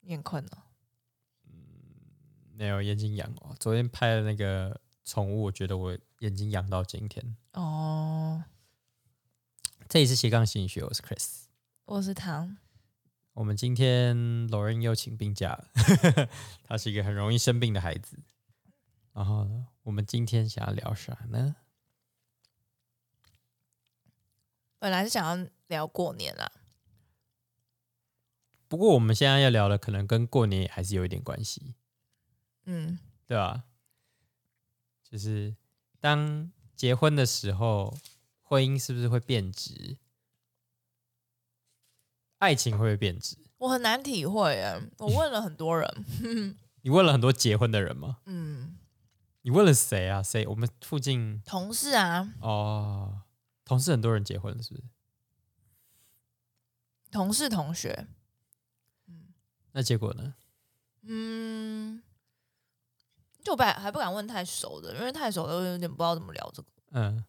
你很困哦。没有眼睛痒哦。昨天拍的那个宠物，我觉得我眼睛痒到今天。哦，这里是斜杠心理学，我是 Chris。我是糖，我们今天罗恩又请病假了， 他是一个很容易生病的孩子。然后呢，我们今天想要聊啥呢？本来是想要聊过年啦，不过我们现在要聊的，可能跟过年也还是有一点关系。嗯，对啊，就是当结婚的时候，婚姻是不是会变质？爱情会不会变质？我很难体会耶。我问了很多人，你问了很多结婚的人吗？嗯，你问了谁啊？谁？我们附近同事啊，哦，同事很多人结婚了，是不是？同事同学，那结果呢？嗯，就不敢还不敢问太熟的，因为太熟的我有点不知道怎么聊这个。嗯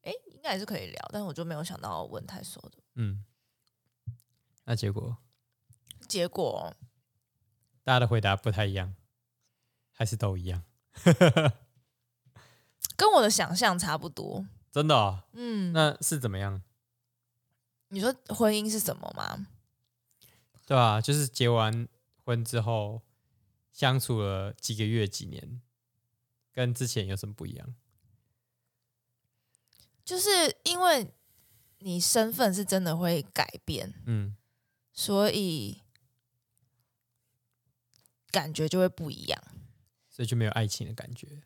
诶，应该也是可以聊，但是我就没有想到问太熟的。嗯，那结果结果大家的回答不太一样，还是都一样？跟我的想象差不多。真的、哦？嗯，那是怎么样？你说婚姻是什么吗？对啊，就是结完婚之后相处了几个月、几年，跟之前有什么不一样？就是因为你身份是真的会改变，嗯，所以感觉就会不一样，所以就没有爱情的感觉。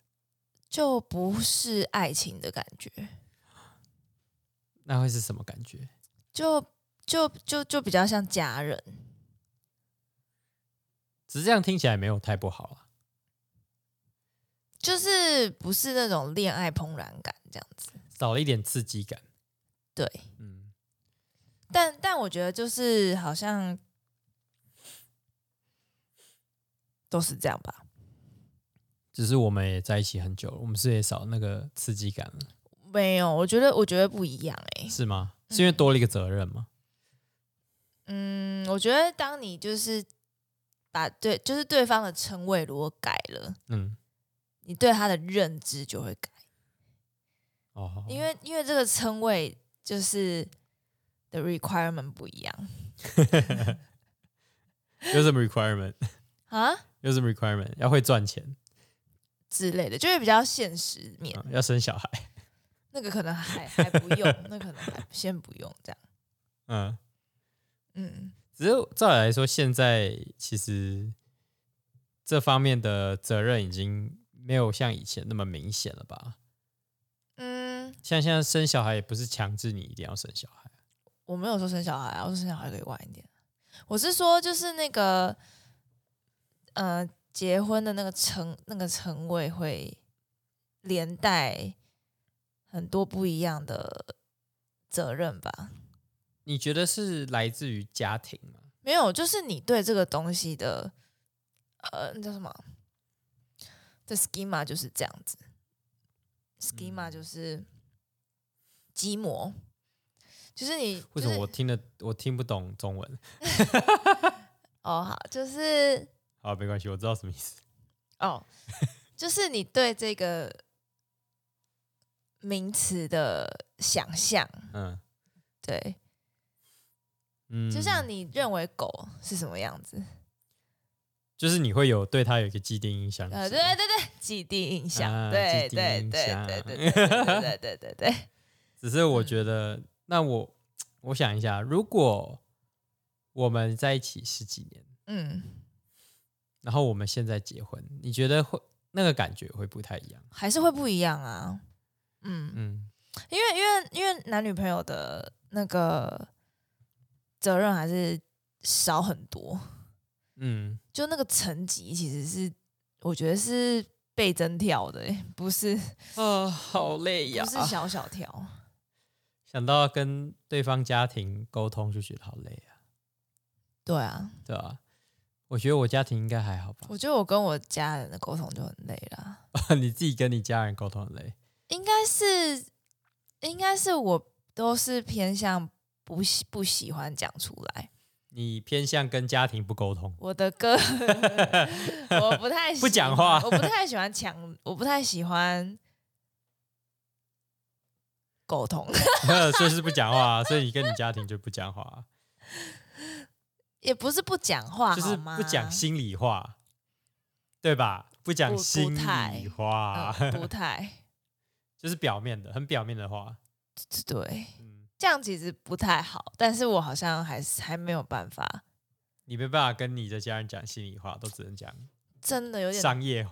就不是爱情的感觉，那会是什么感觉？就就就就比较像家人。只是这样听起来没有太不好啊。就是不是那种恋爱怦然感这样子。少了一点刺激感。对，嗯但但我觉得就是好像都是这样吧。只是我们也在一起很久了，我们是也少那个刺激感了，没有，我觉得我觉得不一样哎、是吗？是因为多了一个责任吗？嗯，我觉得当你就是把对就是对方的称谓如果改了，嗯，你对他的认知就会改，哦，因为因为这个称谓就是的 requirement 不一样有什么 requirement？啊有什么 requirement？要会赚钱，之类的，就会比较现实面。嗯、要生小孩，那个可能还还不用，那可能还先不用这样。嗯。嗯，只是照理来说，现在其实这方面的责任已经没有像以前那么明显了吧？嗯，像现在生小孩也不是强制你一定要生小孩，啊我没有说生小孩啊，我说生小孩可以晚一点。我是说，就是那个，呃，结婚的那个称那个称谓会连带很多不一样的责任吧？你觉得是来自于家庭吗？没有，就是你对这个东西的，呃，那叫什么？这 schema 就是这样子，schema 嗯就是基模，就是你为就什么是我听的我听不懂中文？哦，好，就是好，没关系，我知道什么意思。哦， 就是你对这个名词的想象，嗯对，嗯，就像你认为狗是什么样子，就是你会有对他有一个既定印象，呃，是对吗对对，既定印啊象，对既定对印对象对对对对对对对对， 只是我觉得，嗯那我我想一下，如果我们在一起十几年。嗯，然后我们现在结婚，你觉得会那个感觉会不太一样？还是会不一样啊，嗯，嗯，因为因为因为男女朋友的那个责任还是少很多，嗯，就那个层级其实是我觉得是倍增跳的、欸， 不是。啊，好累哦不是小小条，想到要跟对方家庭沟通就觉得好累啊，对啊，对吧、我觉得我家庭应该还好吧，我觉得我跟我家人的沟通就很累啦， 你自己跟你家人沟通很累，应该是，应该是我都是偏向不喜不喜欢讲出来，你偏向跟家庭不沟通， 我的歌， 我不太喜不讲话我不太喜欢抢，我不太喜欢沟通， 所以是不讲话啊，所以你跟你家庭就不讲话啊，也不是不讲话，就是啊好吗不讲心里话，对吧？不讲不不心太里话，嗯不太就是表面的，很表面的话。对，嗯，这样其实不太好，但是我好像还是还没有办法，你没办法跟你的家人讲心里话，都只能讲真的有点商业，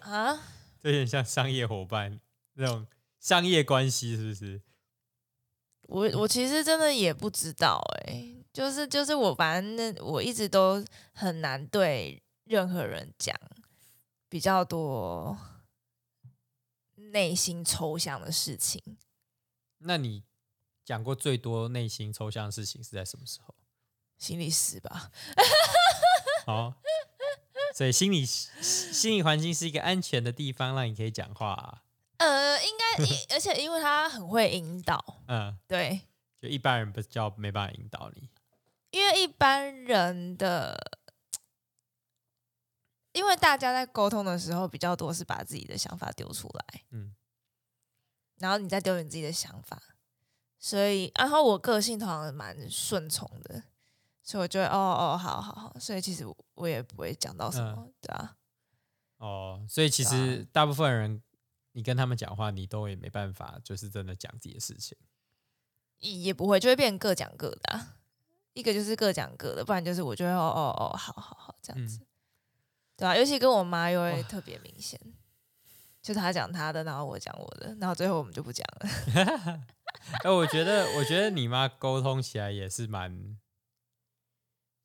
啊，有点像商业伙伴那种商业关系，是不是？我我其实真的也不知道哎、就是就是我反正我一直都很难对任何人讲比较多内心抽象的事情。那你讲过最多内心抽象的事情是在什么时 候？心理师吧，哦，所以心理心理环境是一个安全的地方，让你可以讲话啊、呃，应该，因 而且因为他很会引导，嗯，对，就一般人比较没办法引导你。因为一般人的，因为大家在沟通的时候比较多是把自己的想法丢出来，嗯然后你再丢你自己的想法，所以然后我个性通常蛮顺从的，所以我就会哦哦好好好，所以其实我也不会讲到什么，嗯对啊，哦，所以其实大部分人，你跟他们讲话，你都也没办法，就是真的讲自己的事情。也也不会就会变各讲各的、啊，一个就是各讲各的，不然就是我就会哦哦哦好好好这样子，对啊，尤其跟我妈又会嗯哇特别明显。就她讲她的，然后我讲我的，然后最后我们就不讲了。哎，我觉得，我觉得你妈沟通起来也是蛮，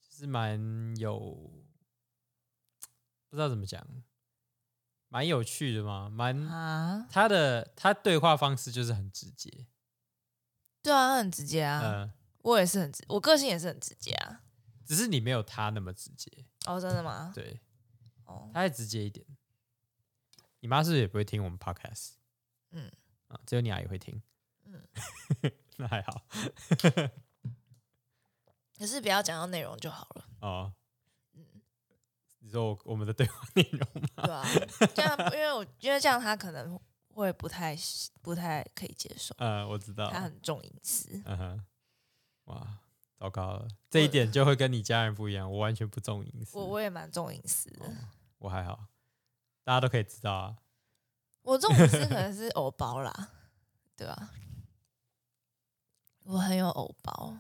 就是蛮有，不知道怎么讲，蛮有趣的嘛，蛮啊，她的她对话方式就是很直接，对啊，很直接啊，嗯、我也是很直，我个性也是很直接啊。只是你没有她那么直接，哦，真的吗？对，哦，她再直接一点。你妈是不是也不会听我们 podcast？嗯啊，只有你阿姨会听，嗯， 那还好可是不要讲到内容就好了，嗯哦。你说我我们的对话内容 吗？对啊，这样因为我因为这样他可能会不太喜不太可以接受，呃，我知道，他很重隐私，嗯哼，哇，糟糕了，这一点就会跟你家人不一样，我完全不重隐私，我我也蛮重隐私的，我还好，大家都可以知道啊。我重隐私可能是偶包啦， 对吧、我很有偶包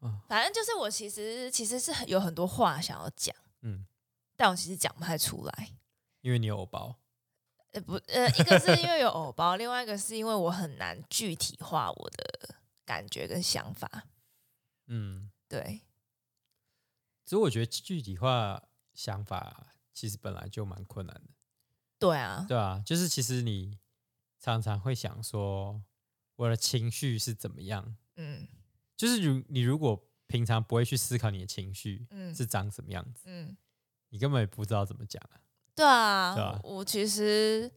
嗯，反正就是我其实其实是很有很多话想要讲，嗯，但我其实讲不太出来。因为你有偶包，呃不呃，一个是因为有偶包，另外一个是因为我很难具体化我的感觉跟想法。嗯，对，其实我觉得具体化想法其实本来就蛮困难的，对啊，对啊，就是其实你常常会想说，我的情绪是怎么样？嗯就是如你如果平常不会去思考你的情绪嗯是长什么样子，嗯，你根本也不知道怎么讲啊。对啊，对啊我其实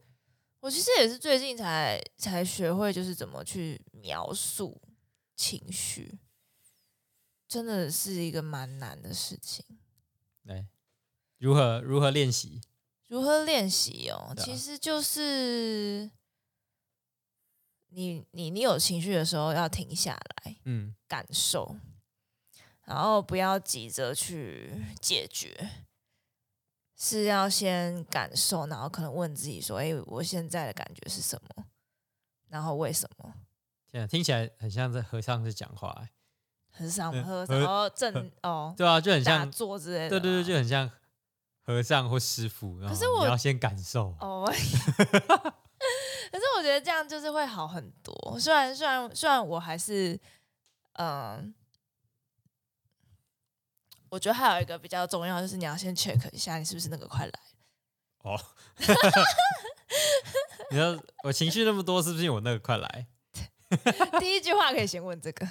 我其实也是最近才才学会，就是怎么去描述情绪，真的是一个蛮难的事情。对，如何如何练习？如何练习哦？对啊其实就是你你你有情绪的时候要停下来。嗯感受，然后不要急着去解决，是要先感受，然后可能问自己说：“哎、我现在的感觉是什么？然后为什么？”天啊，听起来很像在和尚在讲话、欸，很想嗯喝，和然后正哦，对啊，就很打像，坐之类的对嘛。对对，就很像和尚或师傅。然可是后我你要先感受，哦。 我可是我觉得这样就是会好很多，虽然虽然虽然我还是，嗯、我觉得还有一个比较重要，就是你要先 check 一下你是不是那个快来。哦 你说我情绪那么多，是不是我那个快来？ 第一句话可以先问这个，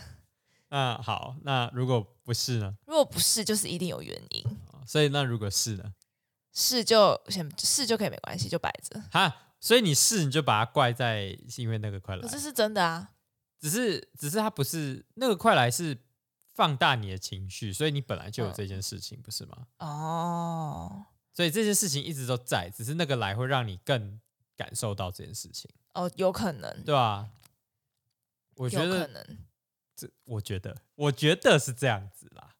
那好，那如果不是呢？如果不是，就是一定有原因。哦所以那如果是呢？是就先是就可以没关系，就摆着。哈，所以你是你就把它怪在是因为那个快来可，是是真的啊，只是只是它不是那个快来是放大你的情绪，所以你本来嗯就有这件事情，不是吗？哦所以这件事情一直都在，只是那个来会让你更感受到这件事情，哦，有可能，对吧？我有觉可得，能。这我觉得，我觉得是这样子啦。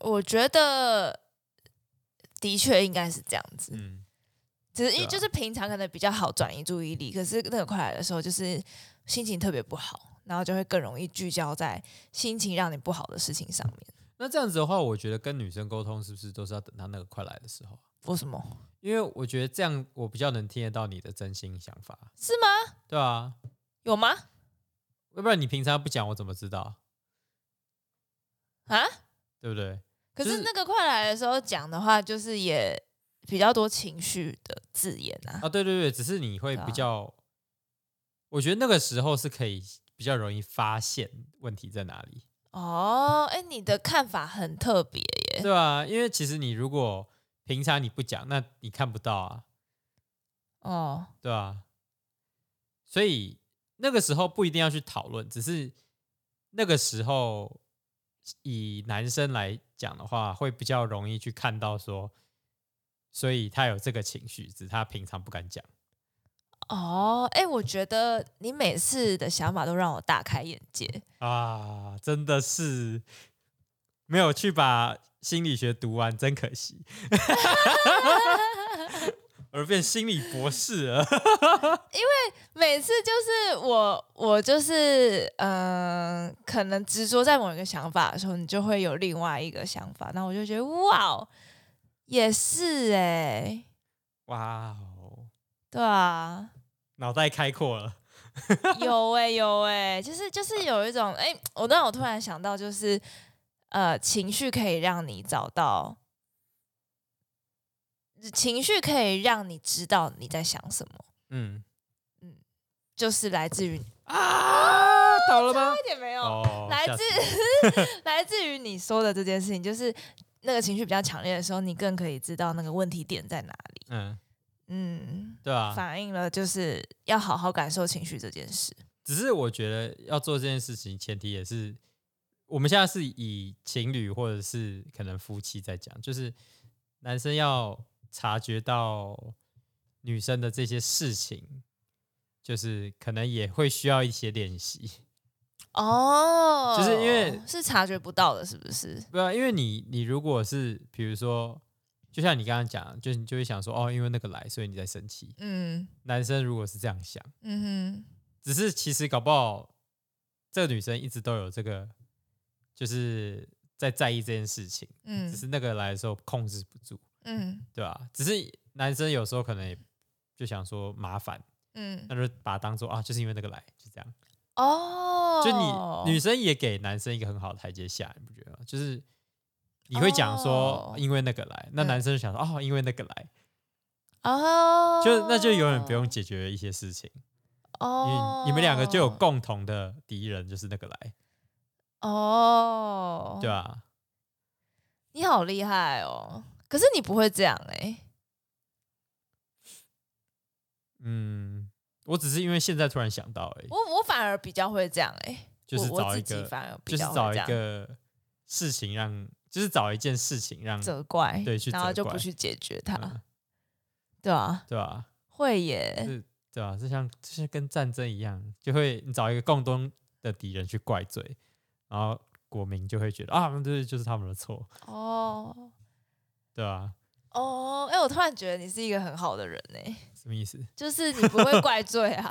我觉得的确应该是这样子，嗯，只是因为对啊就是平常可能比较好转移注意力，可是那个快来的时候，就是心情特别不好，然后就会更容易聚焦在心情让你不好的事情上面。那这样子的话，我觉得跟女生沟通是不是都是要等她那个快来的时候啊？为什么？因为我觉得这样我比较能听得到你的真心想法，是吗？对啊，有吗？要不然你平常不讲，我怎么知道？啊？对不对？可就是是那个快来的时候讲的话，就是也比较多情绪的字眼啊。啊，对对对，只是你会对啊比较，我觉得那个时候是可以比较容易发现问题在哪里，哦，哎，你的看法很特别耶。对啊，因为其实你如果平常你不讲，那你看不到啊，哦，对啊，所以那个时候不一定要去讨论，只是那个时候以男生来讲的话，会比较容易去看到说，所以他有这个情绪，只是他平常不敢讲。哦，哎，我觉得你每次的想法都让我大开眼界。啊，真的是没有去把心理学读完，真可惜。 而变心理博士了，每次就是我，我就是嗯、呃可能执着在某一个想法的时候，你就会有另外一个想法，那我就觉得哇哦，也是哎、哇哦，对啊，脑袋开阔了。 有哎、有哎、就是就是有一种哎、我让我突然想到，就是呃，情绪可以让你找到，情绪可以让你知道你在想什么，嗯就是来自于有啊，倒了吗？点没有哦，来吓自死我 来自于你说的这件事情，就是那个情绪比较强烈的时候，你更可以知道那个问题点在哪里。嗯，嗯，对啊。反映了就是要好好感受情绪这件事。只是我觉得要做这件事情，前提也是我们现在是以情侣或者是可能夫妻在讲，就是男生要察觉到女生的这些事情，就是可能也会需要一些练习。哦就是因为是察觉不到的，是不是？对啊，因为你你如果是比如说，就像你刚刚讲，就是你就会想说哦，因为那个来，所以你在生气。嗯男生如果是这样想，嗯只是其实搞不好这个女生一直都有这个，就是在在意这件事情，哼嗯只是那个来的时候控制不住，嗯对吧、只是男生有时候可能也就想说麻烦，嗯那就把它当做啊，就是因为那个来，就这样。哦，就你女生也给男生一个很好的台阶下，你不觉得吗？就是你会讲说哦因为那个来，那嗯男生就想说哦，因为那个来，哦，就那就永远不用解决一些事情，因哦为，你们两个就有共同的敌人，就是那个来，哦，对吧、啊你好厉害哦！可是你不会这样哎、嗯，我只是因为现在突然想到而已，我我反而比较会这样哎、就是我找我一自己个，反而比就是较找会一这样个事情让，就是找一件事情让，责怪，对去然后责就怪不去解决它，嗯对啊，对吧？会耶，是，对啊吧？就像就是跟战争一样，就会你找一个共同的敌人去怪罪，然后国民就会觉得啊，对，就是他们的错，哦对啊吧？哦，哎、我突然觉得你是一个很好的人哎、什么意思？就是你不会怪罪 啊，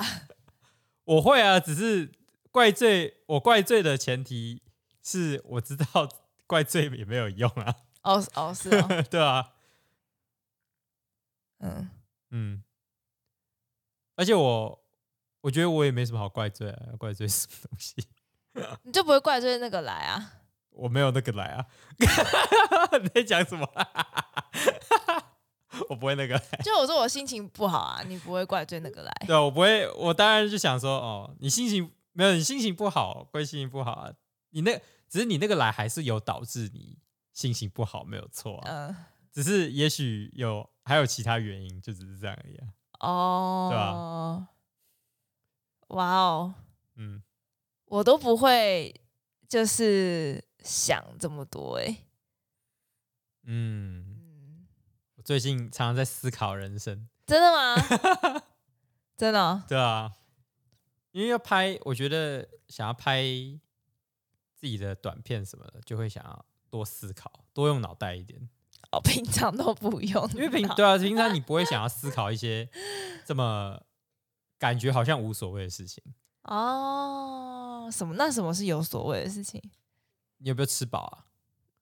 我会啊，只是怪罪我怪罪的前提是我知道 怪罪也没有用啊， 哦哦是哦，对啊吧？嗯，嗯，而且我我觉得我也没什么好怪罪、啊，怪罪什么东西？你就不会怪罪那个来啊，我没有那个来啊！ 你在讲什么？ 我不会那个来，就我说我心情不好啊，你不会怪罪那个来，对啊，我不会，我当然就想说，哦，你心情没有，你心情不好归心情不好啊，你那只是你那个来还是有导致你心情不好，没有错啊，嗯，只是也许有还有其他原因，就只是这样而已、啊。啊哦，哇哦。嗯，我都不会，就是想这么多哎、嗯，嗯，我最近常常在思考人生，真的吗？ 真的哦、对啊，因为要拍，我觉得想要拍自己的短片什么的，就会想要多思考，多用脑袋一点。哦，平常都不用脑，因为平对啊，平常你不会想要思考一些 这么感觉好像无所谓的事情。哦，什么？那什么是有所谓的事情？你有没有吃饱啊？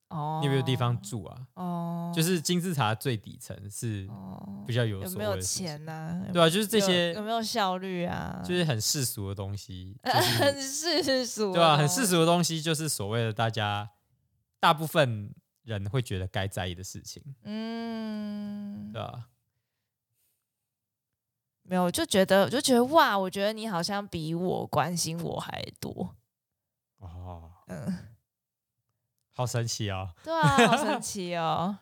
哦，你有没有地方？住啊？哦，就是金字塔最底层是哦比较有有所没谓有的事情，钱呐、对啊，就是这有些有，没有效率啊？就是很世俗的东 西，就是很世俗、哦对啊，很世。俗的东西，就是所谓的大家大部分人会觉得该在意的事情，嗯对，啊吧？没有，我就觉得，我就觉得哇，我觉得你好像比我关心我还多。哦，嗯，好神奇哦！对啊，好神奇哦！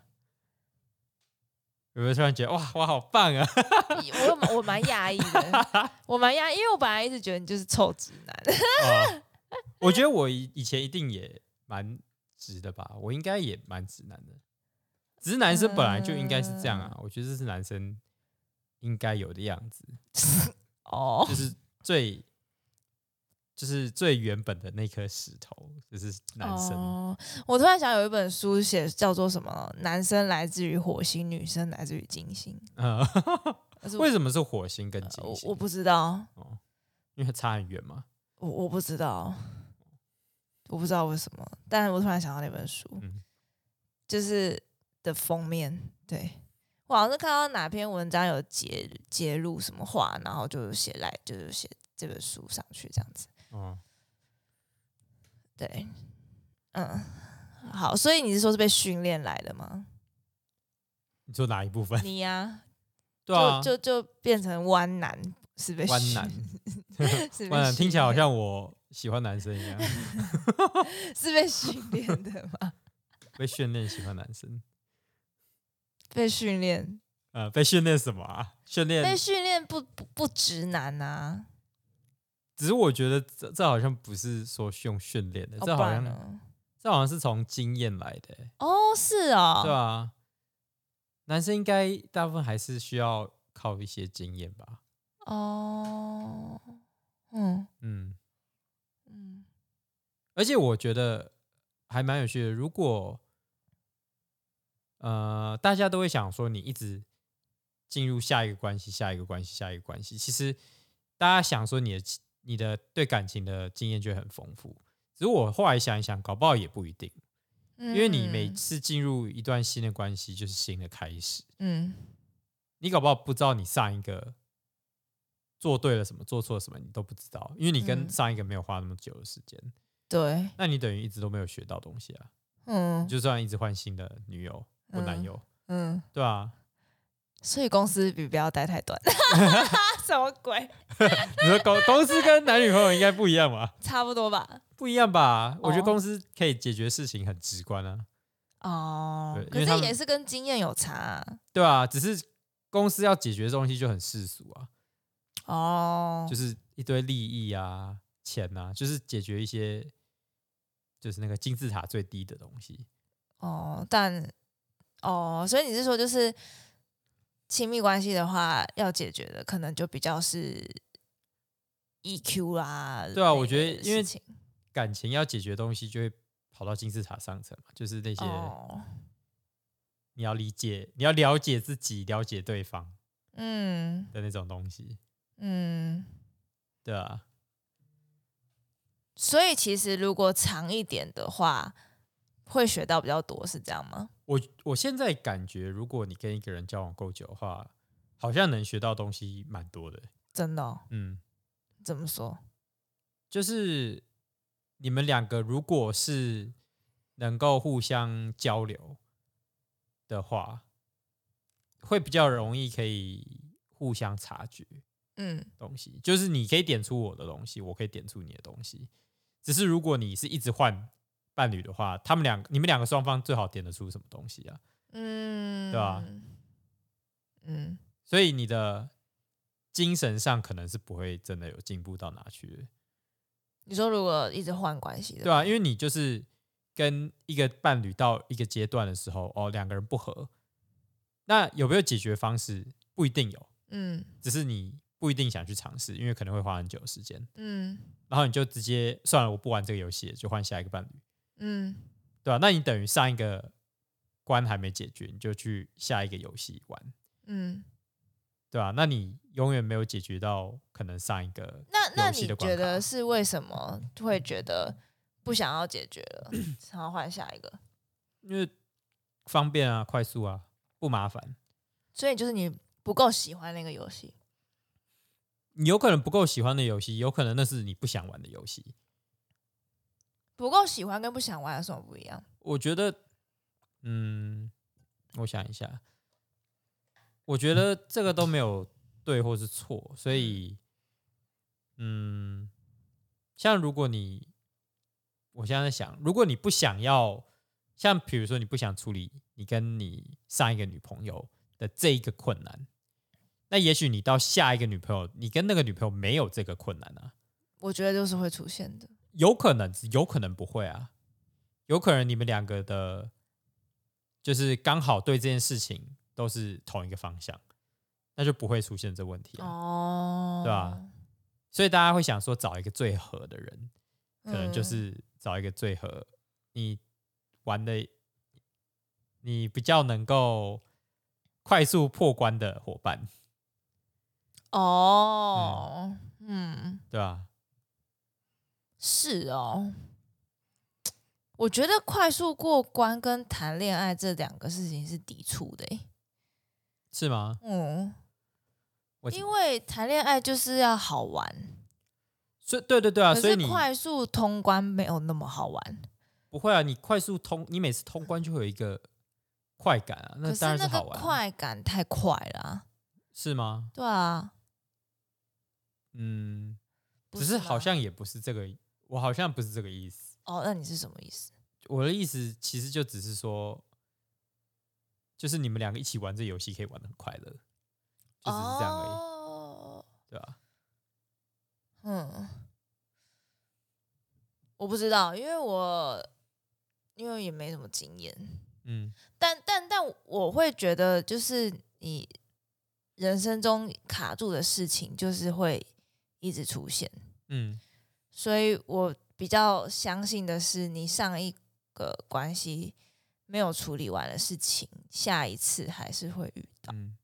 有没有突然觉得哇，我好棒啊？你我有蛮我蛮压抑的，我蛮压抑，因为我本来一直觉得你就是臭直男。哦我觉得我以以前一定也蛮直的吧，我应该也蛮直男的。只是男生本来就应该是这样啊，嗯我觉得这是男生应该有的样子， 哦就，是 最就是最原本的那颗石头，就是男生。哦，我突然想有一本书写叫做什么？男生来自于火星，女生来自于金星。嗯，可是我呃 为什么是火星跟金我星？我不知道，哦，因为差很远嘛。我我不知道，我不知道为什么，但我突然想到那本书，嗯就是的封面，对我好像是看到哪篇文章有截截录什么话，然后就写来就是写这本书上去这样子，哦，对，嗯，好，所以你是说是被训练来的吗？你说哪一 部分？你呀、 对啊，就就就变成弯男是被弯训男，是被弯男听起来好训练像我喜欢男生一样，是被训练的吗？ 被训练喜欢男生。被训练，呃，被训练什么啊？训练被训练不不不直男啊。只是我觉得这这好像不是说用训练的，哦这不好然像呢这好像是从经验来的、欸，哦，是哦，对啊，男生应该大部分还是需要靠一些经验吧，哦，嗯嗯，嗯，而且我觉得还蛮有趣的。如果呃，大家都会想说你一直进入下一个关系、下一个关系、下一个关系，其实大家想说你的你的对感情的经验就会很丰富。只是我后来想一想，搞不好也不一定。因因为你每次进入一段新的关系，就是新的开始。嗯你搞不好不知道你上一个做对了什么，做错了什么，你都不知道，因为你跟嗯上一个没有花那么久的时间，对，那你等于一直都没有学到东西啊。嗯你就算一直换新的女友或男友，嗯，对啊，所以公司比不要待太 短，什么鬼？你说公公司跟男女朋友应该不一样吧？差不多吧。不一样吧？我觉得哦公司可以解决事情很直观啊，哦对，因可为他是们也是跟经验有差啊、对啊，只是公司要解决的东西就很世俗啊，哦，就是一堆利益啊、钱啊，就是解决一些就是那个金字塔最低的东西。哦，但哦，所以你是说就是亲密关系的话，要解决的可能就比较是 EQ 啦，对啊我觉得因为情感情要解决的东西就会跑到金字塔上层嘛，就是那些哦，你要理解、你要了解自己、了解对方嗯的那种东西，嗯，对啊，所以其实如果长一点的话，会学到比较多，是这样吗？我我现在感觉，如果你跟一个人交往够久的话，好像能学到东西蛮多的。真的哦、嗯，怎么说？就是你们两个如果是能够互相交流的话，会比较容易可以互相察觉嗯东西。就是你可以点出我的东西，我可以点出你的东西。只是如果你是一直换伴侣的话，他们两你们两个双方最好点得出什么东西啊？嗯，对啊嗯，所以你的精神上可能是不会真的有进步到哪去的，啊你说如果一直换关系的，对啊，因为你就是跟一个伴侣到一个阶段的时候，哦，两个人不合，那有没有解决方式？不一定有，嗯只是你不一定想去尝试，因为可能会花很久的时间。嗯然后你就直接算了，我不玩这个游戏了，就换下一个伴侣，嗯对吧、啊那你等于上一个关还没解决，你就去下一个游戏玩，嗯。对啊吧、那你永远没有解决到可能上一个那那游戏你的关觉卡啊得是为什么会觉得不想要解决 了，想要换下一个？因为方便啊、快速啊、不麻烦。所以就是你不够喜欢那个游戏。你有可能不够喜欢的游戏，有可能那是你不想玩的游戏。不够喜欢跟不想玩有什么不一样？我觉得，嗯，我想一下，我觉得这个都没有对或是错，所以，嗯，像如果你，我现在在想，如果你不想要，像比如说你不想处理你跟你上一个女朋友的这一个困难，那也许你到下一个女朋友，你跟那个女朋友没有这个困难啊，我觉得就是会出现的。有可能，有可能不会啊，有可能你们两个的，就是刚好对这件事情都是同一个方向，那就不会出现这问题、啊。哦，对啊所以大家会想说，找一个最合的人，可能就嗯是找一个最合你玩的，你比较能够快速破关的伙伴，哦，嗯，对吧、是哦。我觉得快速过关跟谈恋爱这两个事情是抵触的、欸，是吗？嗯，我因为谈恋爱就是要好玩，所以对对对啊，可所以是你快速通关没有那么好玩。不会啊，你快速通，你每次通关就会有一个快感啊，可那是当然那好个玩啊、快感太快了啊、是吗？对啊，嗯，不只是吗好像也不是这个，我好像不是这个意思。哦，那你是什么意思？我的意思其实就只是说，就是你们两个一起玩这游戏可以玩的很快乐，就只是这样而已，哦，对吧、嗯，我不知道，因为我因为也没什么经验，嗯，但但但我会觉得，就是你人生中卡住的事情，就是会一直出现，嗯所以我比较相信的是，你上一个关系没有处理完的事情，下一次还是会遇到。嗯，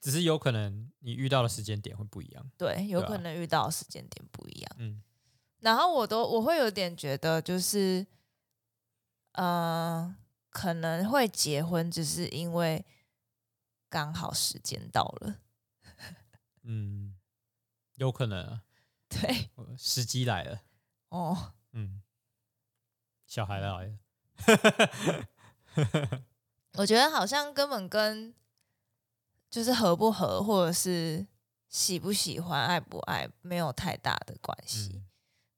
只是有可能你遇到的时间点会不一样。对，有对啊可能遇到的时间点不一样。嗯然后我都我会有点觉得，就是，呃，可能会结婚，只是因为刚好时间到了，嗯，有可能啊，对，我时机来了，哦，嗯，小孩来嗯了，我觉得好像根本跟就是合不合，或者是喜不喜欢、爱不爱，没有太大的关系。 嗯，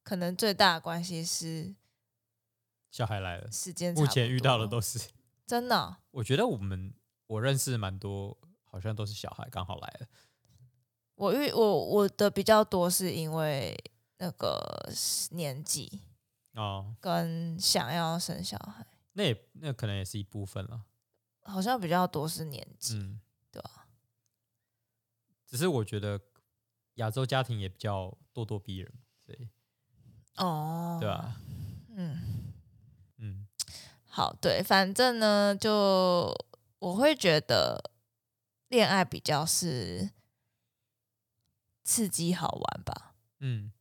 可能最大的关系是小孩来了。时间差不多。目前遇到的都是真的哦、我觉得我们我认识蛮多，好像都是小孩刚好来了。我遇我我的比较多是因为那个年纪哦，跟想要生小孩。那也那可能也是一部分了。好像比较多是年纪，嗯，对啊只是我觉得亚洲家庭也比较咄咄逼人，所以哦，对啊吧？嗯，嗯好，对，反正呢，就我会觉得恋爱比较是刺激好玩吧，嗯，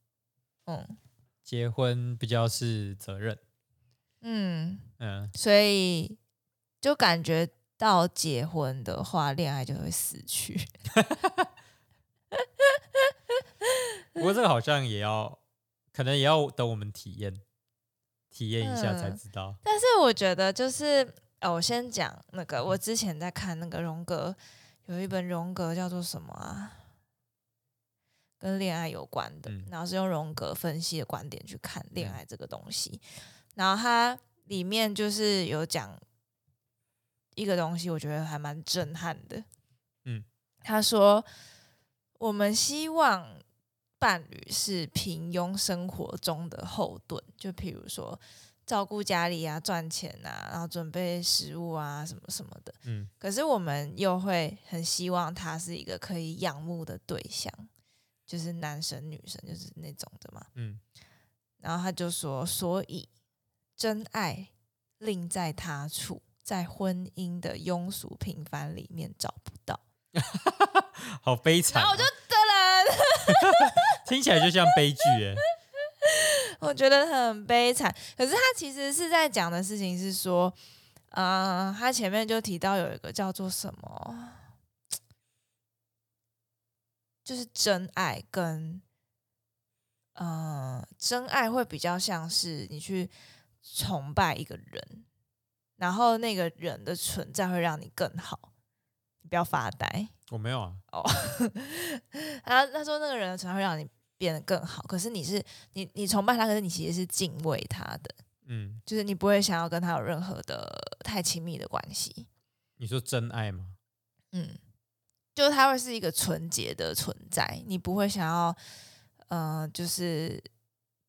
嗯结婚比较是责任。嗯，嗯，所以就感觉到结婚的话，恋爱就会死去，不过这个好像也要，可能也要等我们体验体验一下才嗯知道。但是我觉得就是。哦，我先讲那个，我之前在看那个荣格，有一本荣格叫做什么啊？跟恋爱有关的，嗯然后是用荣格分析的观点去看恋嗯爱这个东西。然后它里面就是有讲一个东西，我觉得还蛮震撼的。嗯，他说我们希望伴侣是平庸生活中的后盾，就譬如说照顾家里啊、赚钱啊，然后准备食物啊什么什么的。嗯，可是我们又会很希望他是一个可以仰慕的对象，就是男神女神，就是那种的嘛。嗯，然后他就说，所以真爱另在他处，在婚姻的庸俗平凡里面找不到。好悲惨然哦、后我就得了。听起来就像悲剧哎、我觉得很悲惨。可是他其实是在讲的事情是说，呃，他前面就提到有一个叫做什么，就是真爱跟，呃，真爱会比较像是你去崇拜一个人，然后那个人的存在会让你更好，你不要发呆。我没有啊，哦， 他他说那个人的存在会让你变得更好，可是你是你你崇拜他，可是你其实是敬畏他的，嗯，就是你不会想要跟他有任何的太亲密的关系，你说真爱吗？嗯，就是他会是一个纯洁的存在，你不会想要，呃，就是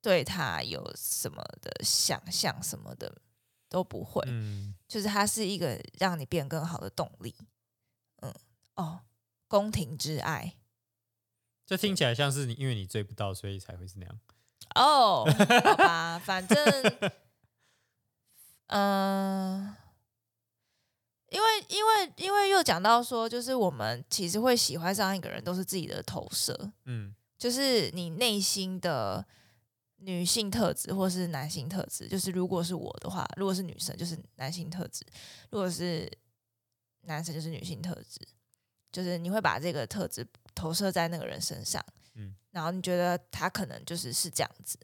对他有什么的想象什么的都不会，嗯，就是它是一个让你变更好的动力，嗯，哦，宫廷之爱。这听起来像是你因为你追不到，所以才会是那样。 哦，好吧，反正，嗯、因为因为因为又讲到说，就是我们其实会喜欢上一个人，都是自己的投射，嗯就是你内心的女性特质或是男性特质。就是如果是我的话，如果是女生就是男性特质，如果是男生就是女性特质，就是你会把这个特质投射在那个人身上，嗯然后你觉得他可能就是是这样子，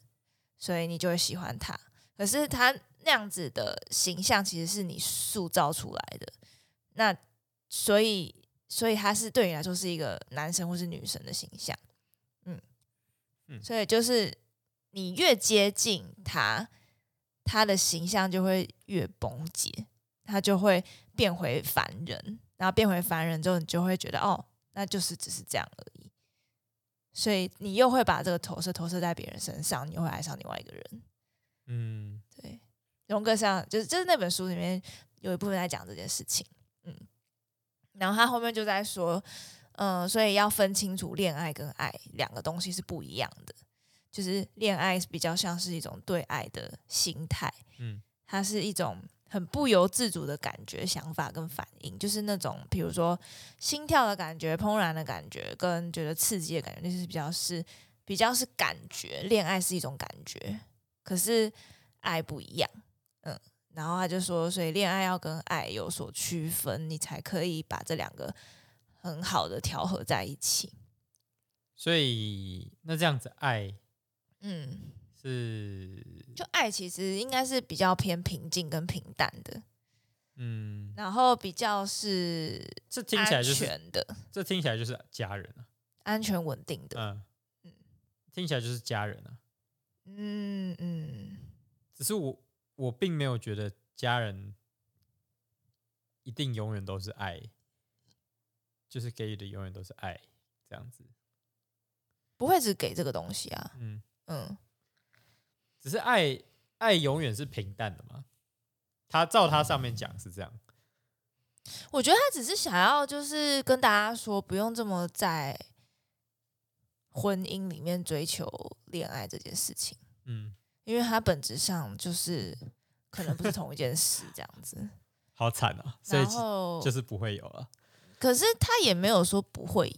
所以你就会喜欢他。可是他那样子的形象其实是你塑造出来的，那所以所以他是对你来说是一个男神或是女神的形象，嗯嗯所以就是你越接近他，他的形象就会越崩解，他就会变回凡人，然后变回凡人之后，你就会觉得哦，那就是只是这样而已。所以你又会把这个投射投射在别人身上，你又会爱上另外一个人。嗯，对，荣格上就是就是那本书里面有一部分在讲这件事情，嗯，然后他后面就在说，嗯、所以要分清楚恋爱跟爱两个东西是不一样的，就是恋爱比较像是一种对爱的心态，嗯，它是一种。很不由自主的感觉、想法跟反应，就是那种比如说心跳的感觉、怦然的感觉，跟觉得刺激的感觉，那是比较是比较是感觉。恋爱是一种感觉，可是爱不一样，嗯，然后他就说，所以恋爱要跟爱有所区分，你才可以把这两个很好的调和在一起。所以那这样子爱嗯，是就爱其实应该是比较偏平静跟平淡的，嗯，然后比较是这听起来安就是全的、这听起来就是家人啊，安全稳定的。嗯嗯，听起来就是家人啊。嗯嗯，只是我我并没有觉得家人一定永远都是爱，就是给予的永远都是爱这样子。不会只给这个东西啊。嗯，嗯，只是爱爱永远是平淡的嘛。他照他上面讲是这样，我觉得他只是想要就是跟大家说，不用这么在婚姻里面追求恋爱这件事情。嗯，因为它本质上就是可能不是同一件事这样子。好惨啊， 所以然后，就是不会有了。可是他也没有说不会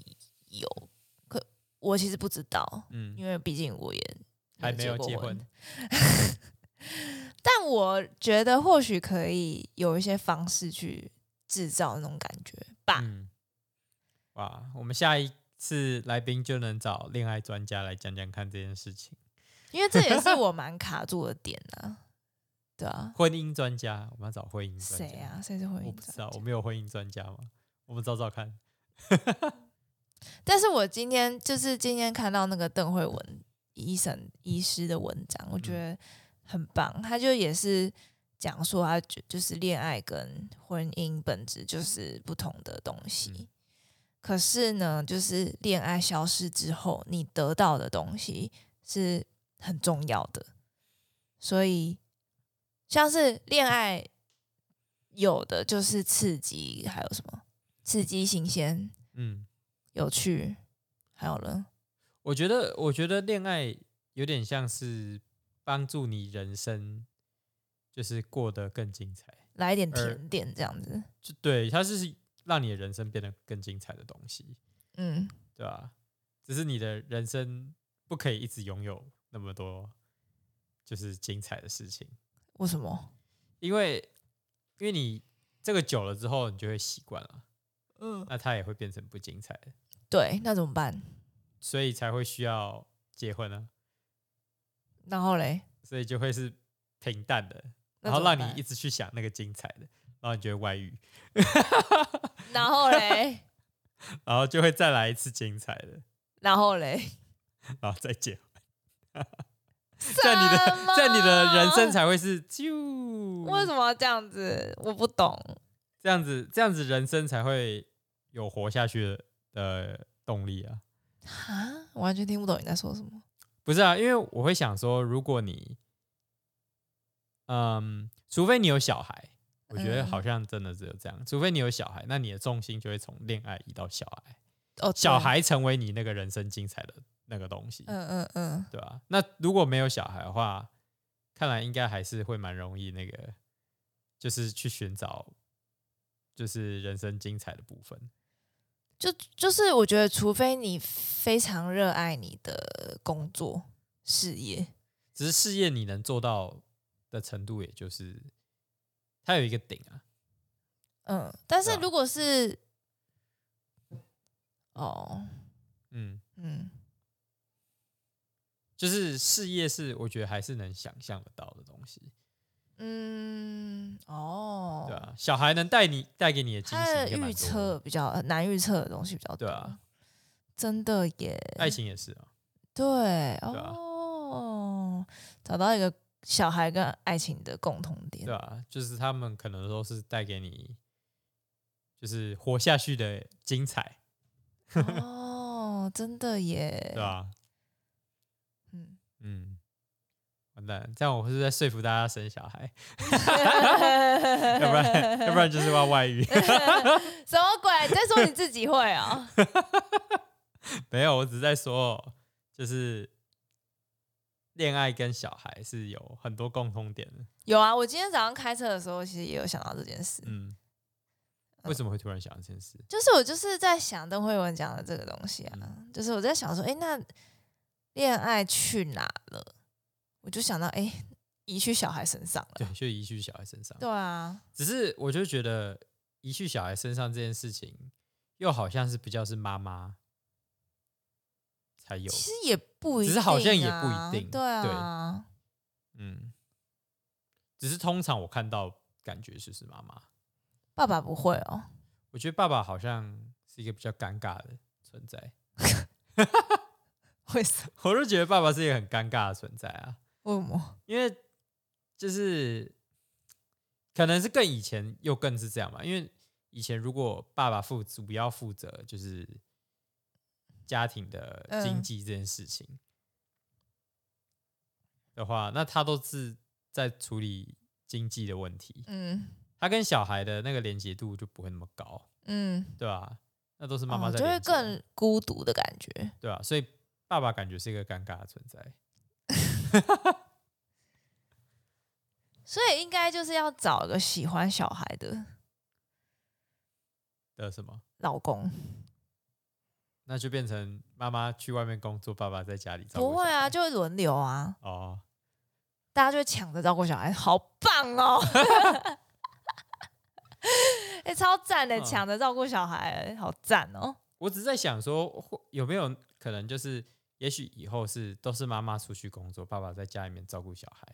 有，可我其实不知道，嗯，因为毕竟我也还没有结结过婚。 但我觉得或许可以有一些方式去制造那种感觉吧。嗯，哇，我们下一次来宾就能找恋爱专家来讲讲看这件事情，因为这也是我蛮卡住的点啊。对啊，婚姻专家，我们要找婚姻专家。谁啊？谁是婚姻？我不知道，我。没有婚姻专家嘛，我们找找看。但是我今天就是今天看到那个邓慧文医生医师的文章，我觉得很棒。他就也是讲说他就就是恋爱跟婚姻本质就是不同的东西。嗯可是呢，就是恋爱消失之后，你得到的东西是很重要的，所以像是恋爱有的就是刺激，还有什么刺激、新鲜、嗯，有趣，还有了我觉得，我觉得恋爱有点像是帮助你人生，就是过得更精彩。来一点呃甜点这样子。就对，它是让你的人生变得更精彩的东西，嗯，对吧、只是你的人生不可以一直拥有那么多就是精彩的事情，为什么？因为因为你这个久了之后，你就会习惯了，嗯，那它也会变成不精彩的，对，那怎么办？所以才会需要结婚啊，然后嘞，所以就会是平淡的，那然后怎么让你办一直去想那个精彩的，然后你就会外遇，然后嘞，然后就会再来一次精彩的，然后嘞， 然后再结婚。 在你的什么在你的人生才会是就为什么要这样子？我不懂。这样子，这样子人生才会有活下去的呃动力啊。啊，我完全听不懂你在说什么。不是啊，因为我会想说，如果你，嗯，除非你有小孩，我觉得嗯好像真的只有这样。除非你有小孩，那你的重心就会从恋爱移到小孩，哦，小对，孩成为你那个人生精彩的那个东西，嗯嗯嗯，对吧、那如果没有小孩的话，看来应该还是会蛮容易那个，就是去寻找，就是人生精彩的部分。就就是我觉得，除非你非常热爱你的工作事业，只是事业你能做到的程度，也就是它有一个顶啊。嗯，但对是啊如果是，哦，嗯，嗯，就是事业是我觉得还是能想象得到的东西，嗯，哦，对啊，小孩能带你带给你的惊他喜的应该蛮多的，预测比较难预测的东西比较多，对啊，真的耶，爱情也是啊，对，啊哦，找到一个小孩跟爱情的共同点，对啊，就是他们可能都是带给你就是活下去的精彩，哦，真的耶，对啊吧？ 嗯，嗯，完蛋，这样我是在说服大家生小孩， 要要 不然要不然就是要外遇。什么鬼？你在说你自己会啊、没有，我只是在说，就是恋爱跟小孩是有很多共通点的。 有啊，我今天早上开车的时候，其实也有想到这件事，嗯，为什么会突然想到这件事？就是我就是在想邓慧文讲的这个东西啊，嗯就是我在想说，哎、那恋爱去哪了？我就想到，哎、移去小孩身上了。对，就移去小孩身上。对啊，只是我就觉得移去小孩身上这件事情，又好像是比较是妈妈才有。其实也不一定、啊，只是好像也不一定对啊，嗯，只是通常我看到感觉就是妈妈，爸爸不会 哦。我觉得爸爸好像是一个比较尴尬的存在。 为什么？我就觉得爸爸是一个很尴尬的存在啊。为什么？因为就是可能是更以前又更是这样吧，因为以前如果爸爸负主要负责就是家庭的经嗯济这件事情的话，那他都是在处理经济的问题，嗯他跟小孩的那个连接度就不会那么高，嗯，对吧、那都是妈妈哦在就会连接啊、更孤独的感觉。对吧、所以爸爸感觉是一个尴尬的存在，所以应该就是要找一个喜欢小孩的的什么？老公。那就变成妈妈去外面工作，爸爸在家里照顾不会小啊，孩就会轮流啊，哦，大家就会抢着照顾小孩，好棒哦！哎、超赞的，嗯抢着照顾小孩，好赞哦！我只是在想说，会有没有可能就是，也许以后是都是妈妈出去工作，爸爸在家里面照顾小孩，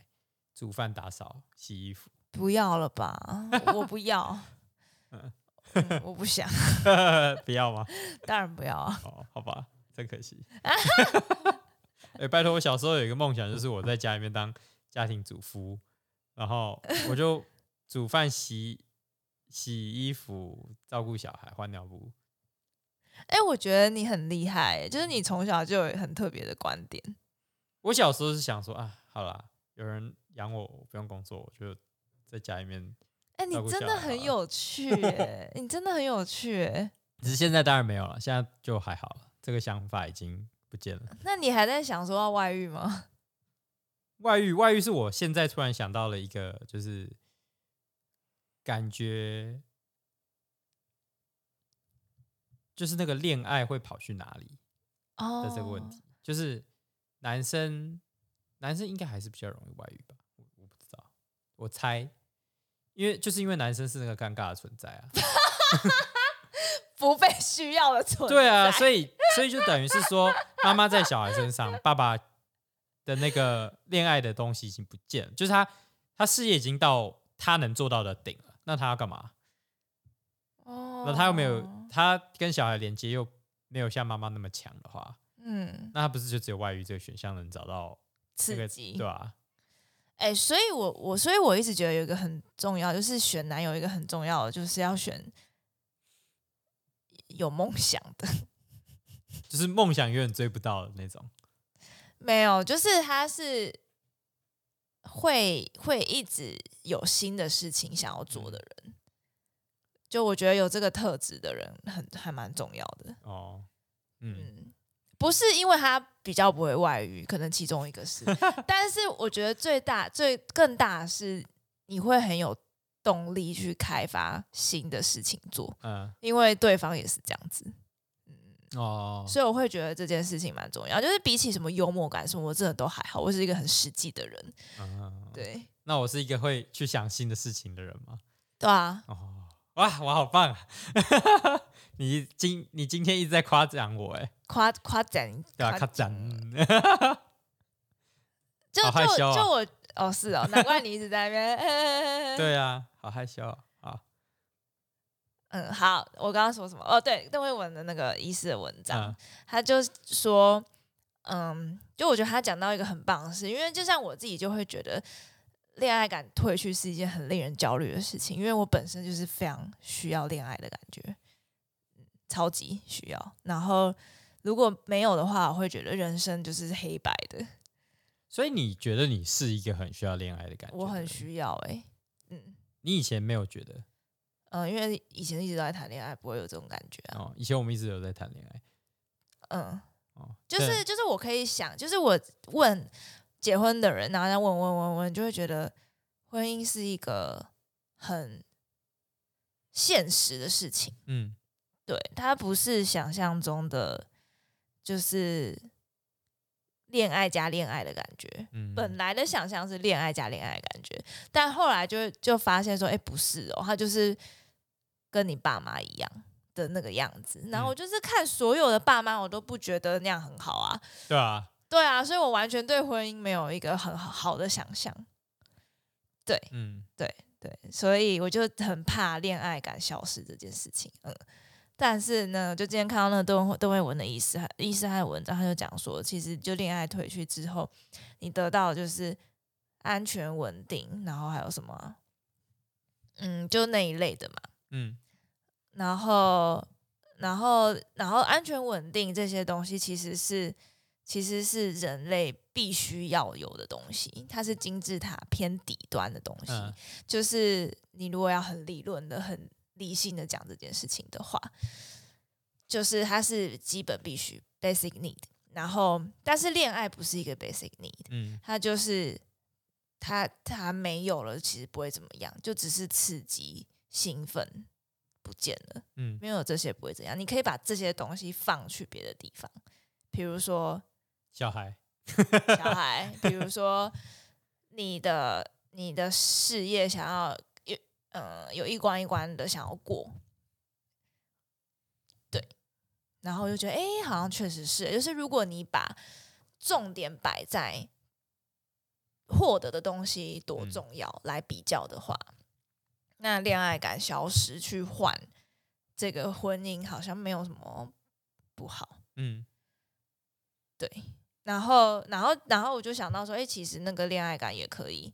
煮饭、打扫、洗衣服。不要了吧， 我不要， 嗯我不想，呃不要吗？ 当然不要啊！哦，好吧，真可 惜。哎、拜托，我小时候有一个梦想，就是我在家里面当家庭主妇，然后我就煮饭、洗洗衣服、照顾小孩、换尿布。哎、我觉得你很厉害，就是你从小就有很特别的观点。我小时候是想说啊，好啦，有人养我，我不用工作，我就在家里面，哎、你照顾真小的孩很啊有趣、 欸，你真的很有趣、欸。只是现在当然没有了，现在就还好了，这个想法已经不见了。那你还在想说要外遇吗？外遇，外遇是我现在突然想到了一个，就是感觉就是那个恋爱会跑去哪里哦的这个问题，就是男生男生应该还是比较容易外遇吧，我我不知道，我猜，因为就是因为男生是那个尴尬的存在啊，不被需要的存在。对啊，所以所以就等于是说，妈妈在小孩身上，爸爸的那个恋爱的东西已经不见了，就是他他事业已经到他能做到的顶了。那他要干嘛？哦那他又没有，他跟小孩连接又没有像妈妈那么强的话，嗯那他不是就只有外遇这个选项能找到那刺个激，对啊吧、哎、所以我我所以我一直觉得有一个很重要，就是选男友一个很重要的，就是要选有梦想的。 就是梦想永远追不到的那种。没有，就是他是会会一直有新的事情想要做的人。就我觉得有这个特质的人很还蛮重要的。哦，嗯，嗯，不是因为他比较不会外遇，可能其中一个 是，但是我觉得最大、最更大的是你会很有动力去开发新的事情做，嗯，因为对方也是这样子，哦，所以我会觉得这件事情蛮重要。就是比起什么幽默感什么，我真的都还好，我是一个很实际的人，嗯，对那我是一个会去想新的事情的人吗？对啊，哦，哇，我好棒、啊！ 你今你今天一直在夸奖我，哎，夸夸奖，对啊，夸奖， 就好害就羞啊就我哦是 哦，难怪你一直在那边，对啊，好害羞啊、好嗯，好，我刚刚说什么？哦，对，邓慧文的那个医师的文章，嗯他就说，嗯，就我觉得他讲到一个很棒的事，因为就像我自己就会觉得，恋爱感褪去是一件很令人焦虑的事情，因为我本身就是非常需要恋爱的感觉，嗯超级需要。然后如果没有的话，我会觉得人生就是黑白的，所以你觉得你是一个很需要恋爱的感觉？我很。需要哎、嗯你以前没有觉得嗯、呃因为以前一直都在谈恋爱，不会有这种感觉啊，哦？以前我们一直有在谈恋爱嗯。哦，就是就是我可以想，就是我问结婚的人，然后再问问问问，就会觉得婚姻是一个很现实的事情，嗯对，它不是想象中的，就是恋爱加恋爱的感觉。嗯，本来的想象是恋爱加恋爱的感觉，但后来就就发现说，哎、不是哦，他就是跟你爸妈一样的那个样子。然后我就是看所有的爸妈，我都不觉得那样很好啊。对啊，对啊，所以我完全对婚姻没有一个很好好的想象。对嗯，对，所以我就很怕恋爱感消失这件事情。嗯，但是呢，就今天看到那个邓慧邓慧文的医师医师还有文章，他就讲说，其实就恋爱退去之后，你得到的就是安全稳定，然后还有什么啊、嗯，就那一类的嘛。嗯然后，然后，然后安全稳定这些东西其实是其实是人类必须要有的东西，它是金字塔偏底端的东西。嗯就是你如果要很理论的、很理性的讲这件事情的话，就是它是基本必须 （basic need）。然后，但是恋爱不是一个 basic need，嗯它就是它它没有了，其实不会怎么样，就只是刺激、兴奋不见了。嗯，没有这些不会怎样，你可以把这些东西放去别的地方，比如说小孩，小孩，比如说你的你的事业想要有呃有一关一关的想要过，对，然后我就觉得哎、诶好像确实是，就是如果你把重点摆在获得的东西多嗯重要来比较的话，那恋爱感消失去换这个婚姻好像没有什么不好。嗯对，然后，然后，然后我就想到说，哎、其实那个恋爱感也可以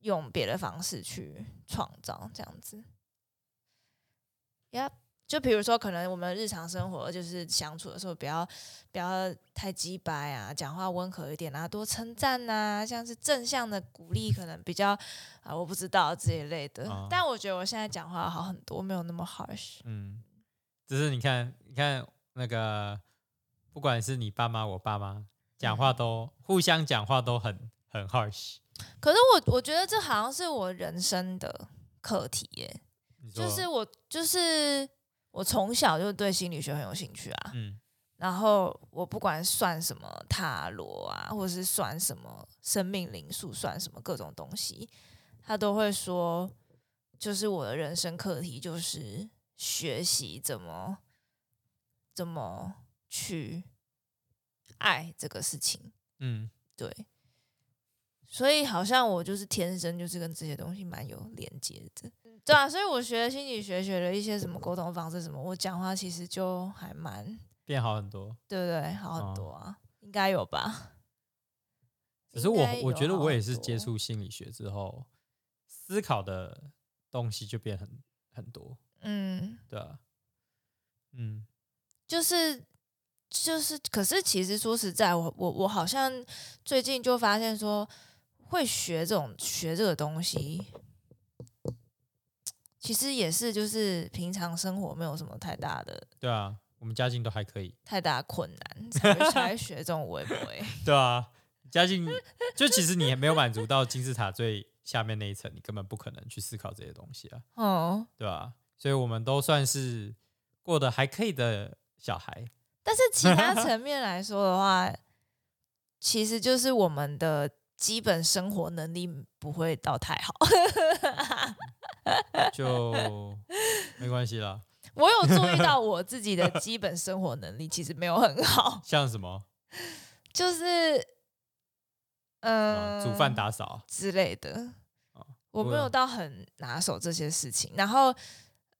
用别的方式去创造，这样子。Yep，就比如说，可能我们日常生活就是相处的时候，不要不要太鸡掰啊，讲话温和一点啊，多称赞呐，像是正向的鼓励，可能比较啊，我不知道这一类的。哦但我觉得我现在讲话好很多，没有那么 harsh。嗯，只是你看，你看那个，不管是你爸妈，我爸妈讲嗯话都互相讲话都很很 harsh。可是我我觉得这好像是我人生的课题耶、你说就是我就是我从小就对心理学很有兴趣啊，嗯然后我不管算什么塔罗啊，或者是算什么生命灵数，算什么各种东西，他都会说，就是我的人生课题就是学习怎么怎么去爱这个事情，嗯，对。所以好像我就是天生就是跟这些东西蛮有连接的，对啊，所以我学心理学，学了一些什么沟通方式什么，我讲话其实就还蛮变好很多。对不对？好哦很多啊，应该有吧？只是我应该有我觉得我也好是很多接触心理学之后，思考的东西就变很很多，嗯，对啊，嗯就是就是，可是其实说实在，我我我好像最近就发现说，会学这种学这个东西，其实也是就是平常生活没有什么太大的对啊，我们家境都还可以，太大的困难，才会 才会学这种微博、欸。对啊，家境就其实你还没有满足到金字塔最下面那一层，你根本不可能去思考这些东西啊，哦，对吧、所以我们都算是过得还可以的小孩，但是其他层面来说的话，其实就是我们的基本生活能力不会到太好。 就 没关系啦。我有注意到我自己的基本生活能力其实没有很好，像什么、就是啊嗯、哦呃煮饭打扫，之类的哦，我没有到很拿手这些事情。然后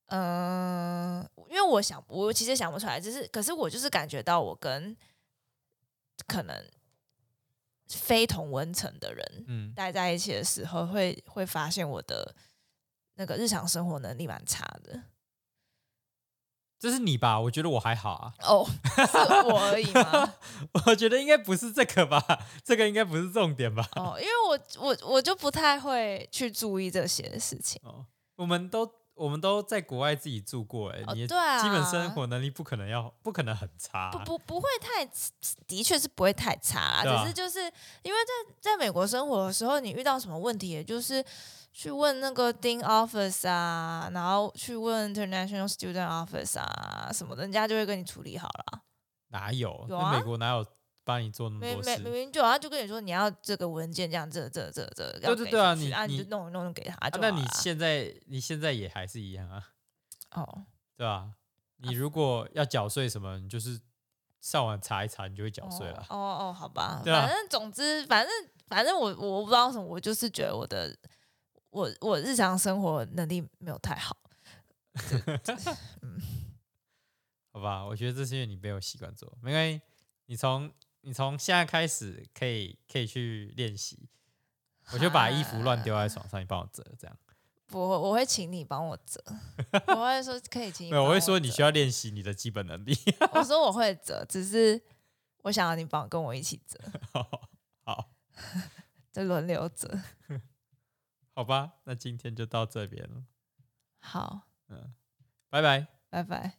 嗯、因为我想，我其实想不出来，只是可是我就是感觉到我跟可能非同温层的人嗯待在一起的时候会，会发现我的那个日常生活能力蛮差的。这是你吧？我觉得我还好啊， 哦，是我而已吗？我觉得应该不是这个吧，这个应该不是重点吧？哦，因为我我我就不太会去注意这些事情。哦，我们都我们都在国外自己住过、欸，哎、哦，你对啊，基本生活能力不可能要不可能很差、不不不会太，的确是不会太差啦。对啊只是就是因为在在美国生活的时候，你遇到什么问题，也就是去问那个 Dean Office 啊，然后去问 International Student Office 啊什么的，人家就会跟你处理好了。哪有？有那啊美国哪有帮你做那么没多没明事？啊明就啊他就跟你说你要这个文件这样这这这这，对要对给对啊出去你啊你就弄一弄给他啊就好那了。你现在你现在也还是一样啊，哦对吧、你如果要缴税什么，你就是上网查一查，你就会缴税了。哦哦哦，好吧，对啊反正总之反正反正我我不知道为什么，我就是觉得我的我我日常生活能力没有太好。好吧，我觉得这是因为你没有习惯做，没关系，你从你从现在开始可以可以去练习。我就把衣服乱丢在床上，你帮我折，这样。我我会请你帮我 折，我会说可以请你没帮有，折。我会说你需要练习你的基本能力。 我说我会折，只是我想要你帮跟我一起折，好，好，就轮流折。好吧，那今天就到这边了，好，拜拜。拜拜。